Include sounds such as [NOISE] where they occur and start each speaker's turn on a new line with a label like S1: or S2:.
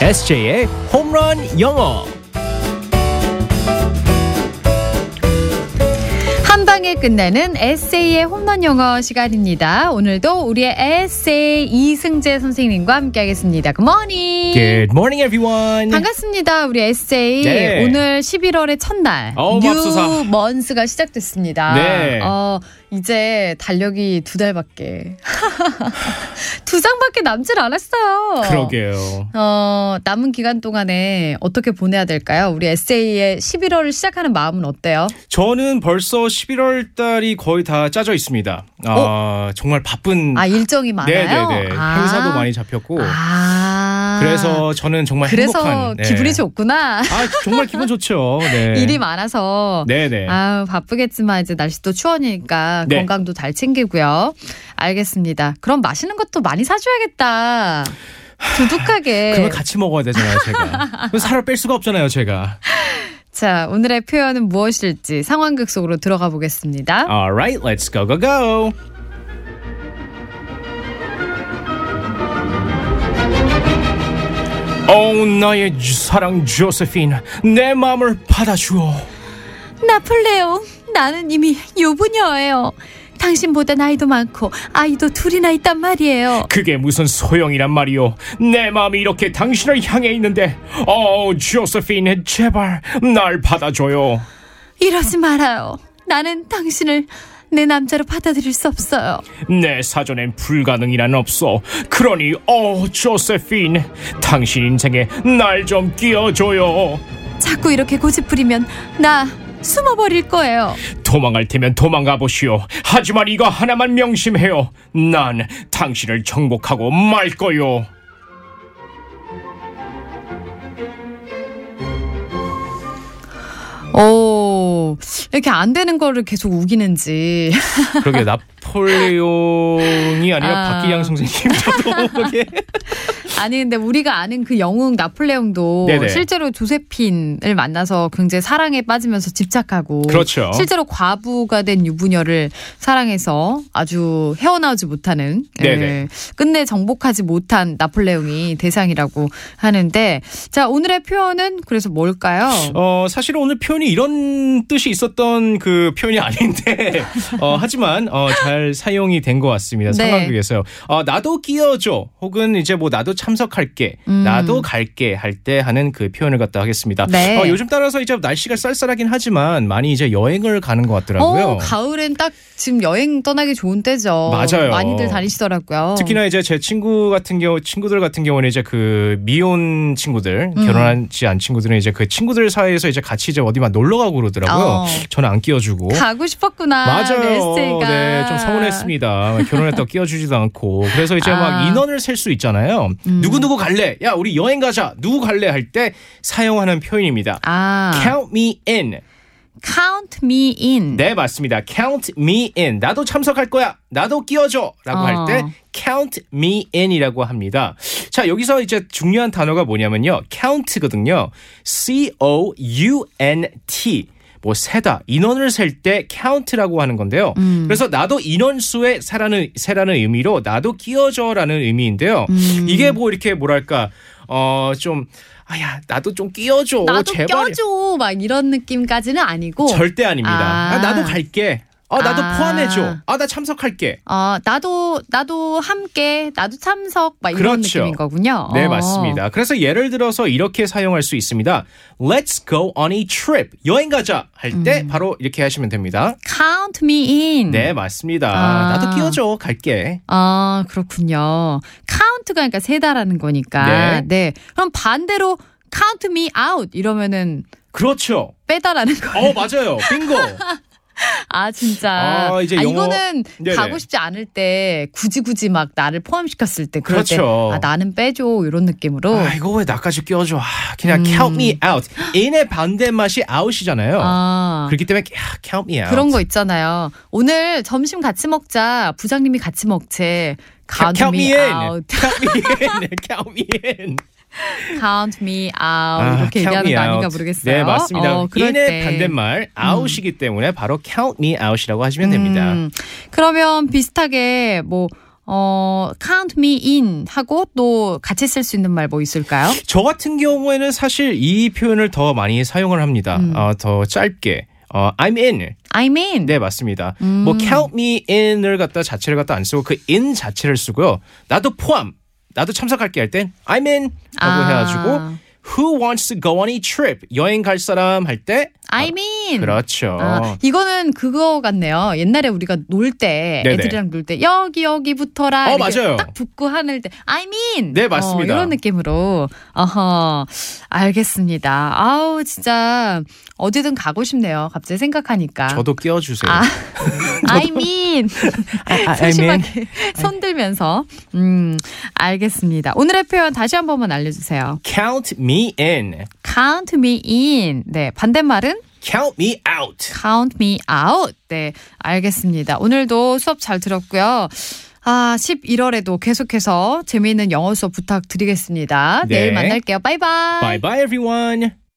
S1: SJ의 홈런 영어.
S2: 한 방에 끝내는 에세이의 홈런 영어 시간입니다. 오늘도 우리의 에세이 이승재 선생님과 함께하겠습니다. Good morning.
S1: Good morning, everyone.
S2: 반갑습니다. 우리 에세이
S1: 예. 네.
S2: 오늘 11월의 첫날
S1: 어우, 맙소사.
S2: 뉴 먼스가 시작됐습니다.
S1: 네.
S2: 어, 이제 달력이 두 달밖에 [LAUGHS] 두 장밖에 남질 않았어요.
S1: 그러게요.
S2: 어, 남은 기간 동안에 어떻게 보내야 될까요? 우리 에세이의 11월을 시작하는 마음은 어때요?
S1: 저는 벌써 11월 달이 거의 다 짜져 있습니다. 아, 정말 바쁜.
S2: 어? 아, 일정이 많아요.
S1: 네네네.
S2: 아.
S1: 행사도 많이 잡혔고.
S2: 아.
S1: 그래서 저는 정말
S2: 그래서
S1: 행복한. 네.
S2: 기분이 좋구나.
S1: 아, 정말 기분 좋죠. 네.
S2: [LAUGHS] 일이 많아서.
S1: 네네.
S2: 아우, 바쁘겠지만 이제 날씨도 추워니까
S1: 네.
S2: 건강도 잘 챙기고요. 알겠습니다. 그럼 맛있는 것도 많이 사줘야겠다.
S1: 그걸
S2: 두둑하게.
S1: 같이 먹어야 되잖아요,
S2: [LAUGHS]
S1: 제가. 그럼 살을 뺄 수가 없잖아요, 제가.
S2: 자, 오늘의 표현은 무엇일지 상황극 속으로 들어가 보겠습니다.
S1: 아. Alright, let's go, go, go. 오 Oh, 나의 주- 사랑 조세핀 내 마음을 받아주오
S2: 나폴레옹, 나는 이미 유부녀예요. 당신보다 나이도 많고 아이도 둘이나 있단 말이에요.
S1: 그게 무슨 소용이란 말이오 내 마음이 이렇게 당신을 향해 있는데 오 조세핀 제발 날 받아줘요
S2: 이러지 말아요. 나는 당신을 내 남자로 받아들일 수 없어요.
S1: 내 사전엔 불가능이란 없어 그러니 오 조세핀 당신 인생에 날 좀 끼워줘요
S2: 자꾸 이렇게 고집 부리면 나 숨어버릴 거예요.
S1: 도망갈 테면 도망가 보시오. 하지만 이거 하나만 명심해요. 난 당신을 정복하고 말 거요.
S2: 오, 이렇게 안 되는 거를 계속 우기는지.
S1: [LAUGHS] 그러게 나폴레옹이 아니라
S2: 아.
S1: 박기양 선생님 [LAUGHS] 저도 모르게.
S2: 아니, 근데 우리가 아는 그 영웅 나폴레옹도
S1: 네네.
S2: 실제로 조세핀을 만나서 굉장히 사랑에 빠지면서 집착하고.
S1: 그렇죠.
S2: 실제로 과부가 된 유부녀를 사랑해서 아주 헤어나오지 못하는
S1: 네네.
S2: 예, 끝내 정복하지 못한 나폴레옹이 대상이라고 하는데 자 오늘의 표현은 그래서 뭘까요?
S1: 어 사실 오늘 표현이 이런 뜻이 있었던 그 표현이 [LAUGHS] 아닌데 어, 하지만 어, 잘 사용이 된 것 같습니다.
S2: 네.
S1: 상황극에서요. 어, 나도 끼워줘 혹은 이제 뭐 나도 참석할게 나도 갈게 할 때 하는 그 표현을 갖다 하겠습니다.
S2: 음. 네.
S1: 어, 요즘 따라서 이제 날씨가 쌀쌀하긴 하지만 많이 이제 여행을 가는 것 같더라고요.
S2: 어, 가을엔 딱 지금 여행 떠나기 좋은 때죠.
S1: 맞아요.
S2: 많이들 다니시더라고요.
S1: 특히나 이제 제 친구 같은 경우 친구들 같은 경우는 이제 그 미혼 친구들
S2: 음.
S1: 결혼하지 않은 친구들은 이제 그 친구들 사이에서 이제 같이 이제 어디 막 놀러 가고 그러더라고요.
S2: 어.
S1: 저는 안 끼워주고.
S2: 가고 싶었구나.
S1: 뭐? 맞아요.
S2: 가
S1: 네, 좀 서운했습니다. 결혼했다고 끼워주지도 않고. 그래서 이제
S2: 아. 음.
S1: 막 인원을 셀 수 있잖아요. 누구누구 갈래? 야, 우리 여행 가자. 누구 갈래? 할 때 사용하는 표현입니다.
S2: 아,
S1: count me in.
S2: count me in.
S1: 네, 맞습니다. count me in. 나도 참석할 거야. 나도 끼워줘. 라고
S2: 어.
S1: 할 때 count me in이라고 합니다. 자, 여기서 이제 중요한 단어가 뭐냐면요. count거든요. C O U N T. 뭐 세다 인원을 셀 때 count라고 하는 건데요.
S2: 음.
S1: 그래서 나도 인원수에 세라는 세라는 의미로 나도 끼워줘라는 의미인데요.
S2: 음.
S1: 이게 뭐 이렇게 뭐랄까 어좀 아야 나도 좀 끼워줘
S2: 나도
S1: 제발
S2: 껴줘 막 이런 느낌까지는 아니고.
S1: 절대 아닙니다.
S2: 아.
S1: 아, 나도 갈게. 어, 나도
S2: 아.
S1: 포함해줘. 아, 나 참석할게.
S2: 어, 나도 나도 함께 나도 참석 막 이런
S1: 그렇죠.
S2: 느낌인 거군요.
S1: 네,
S2: 어.
S1: 맞습니다. 그래서 예를 들어서 이렇게 사용할 수 있습니다. Let's go on a trip. 여행 가자. 할 때
S2: 음.
S1: 바로 이렇게 하시면 됩니다.
S2: Count me in.
S1: 네, 맞습니다.
S2: 음. 아.
S1: 나도 끼워줘. 갈게.
S2: 아 그렇군요. 카운트가 그러니까 세다라는 거니까.
S1: 네.
S2: 그럼 반대로 count me out 이러면은
S1: 그렇죠.
S2: 빼다라는 거.
S1: 어, 맞아요. 빙고.
S2: [LAUGHS] 아 진짜.
S1: 아, 이제 영어-
S2: 이거는
S1: 네네.
S2: 가고 싶지 않을 때 굳이 굳이 막 나를 포함시켰을 때 그럴
S1: 그렇죠.
S2: 때, 아 나는 빼줘 이런 느낌으로.
S1: 아, 이거 왜 나까지 끼워줘. 아,
S2: 음.
S1: 그냥 count me out. in의 반대 맛이 out이잖아요.
S2: 아.
S1: 그렇기 때문에 야, count me out.
S2: 그런 거 있잖아요. 오늘 점심 같이 먹자. 부장님이 같이 먹재. Count
S1: count
S2: me
S1: me
S2: out.
S1: in. count me in. count me in.
S2: Count me out.
S1: 아,
S2: 이렇게
S1: count
S2: 얘기하는
S1: me
S2: 거 아닌가
S1: out.
S2: 모르겠어요.
S1: 네, 맞습니다.
S2: 어, 그럴
S1: 인의
S2: 때. 음.
S1: 반대말 out이기 때문에 바로 count me out이라고 하시면 됩니다.
S2: 음, 그러면 비슷하게 음. 뭐 어, count me in 하고 또 같이 쓸 수 있는 말 뭐 있을까요?
S1: 저 같은 경우에는 사실 이 표현을 더 많이 사용을 합니다.
S2: 음.
S1: 어, 더 짧게 어, I'm in.
S2: I'm in.
S1: 네 맞습니다.
S2: 음.
S1: 뭐 count me in을 갖다 자체를 갖다 안 쓰고 그 in 자체를 쓰고요. 나도 포함. 나도 참석할게 할 땐 I'm in 하고
S2: 아.
S1: 해가지고 Who wants to go on a trip? 여행 갈 사람 할 때
S2: I'm in.
S1: 그렇죠.
S2: 아, 이거는 그거 같네요. 옛날에 우리가 놀 때
S1: 네네.
S2: 애들이랑 놀 때 여기 여기 붙어라
S1: 어,
S2: 이렇게
S1: 맞아요.
S2: 딱 붙고 하늘 때 I'm in.
S1: 네, 맞습니다.
S2: 어, 이런 느낌으로 어허 알겠습니다. 아우 진짜 어디든 가고 싶네요. 갑자기 생각하니까.
S1: 저도 끼워주세요. [LAUGHS]
S2: 아, I'm in. 소심하게 손들면서 음 알겠습니다. 오늘의 표현 다시 한 번만 알려주세요.
S1: Count me in.
S2: Count me in. 네 반대말은
S1: Count me out.
S2: Count me out. 네, 알겠습니다. 오늘도 수업 잘 들었고요. 아, 11월에도 계속해서 재미있는 영어 수업 부탁드리겠습니다.
S1: 네.
S2: 내일 만날게요. 바이바이.
S1: Bye bye everyone.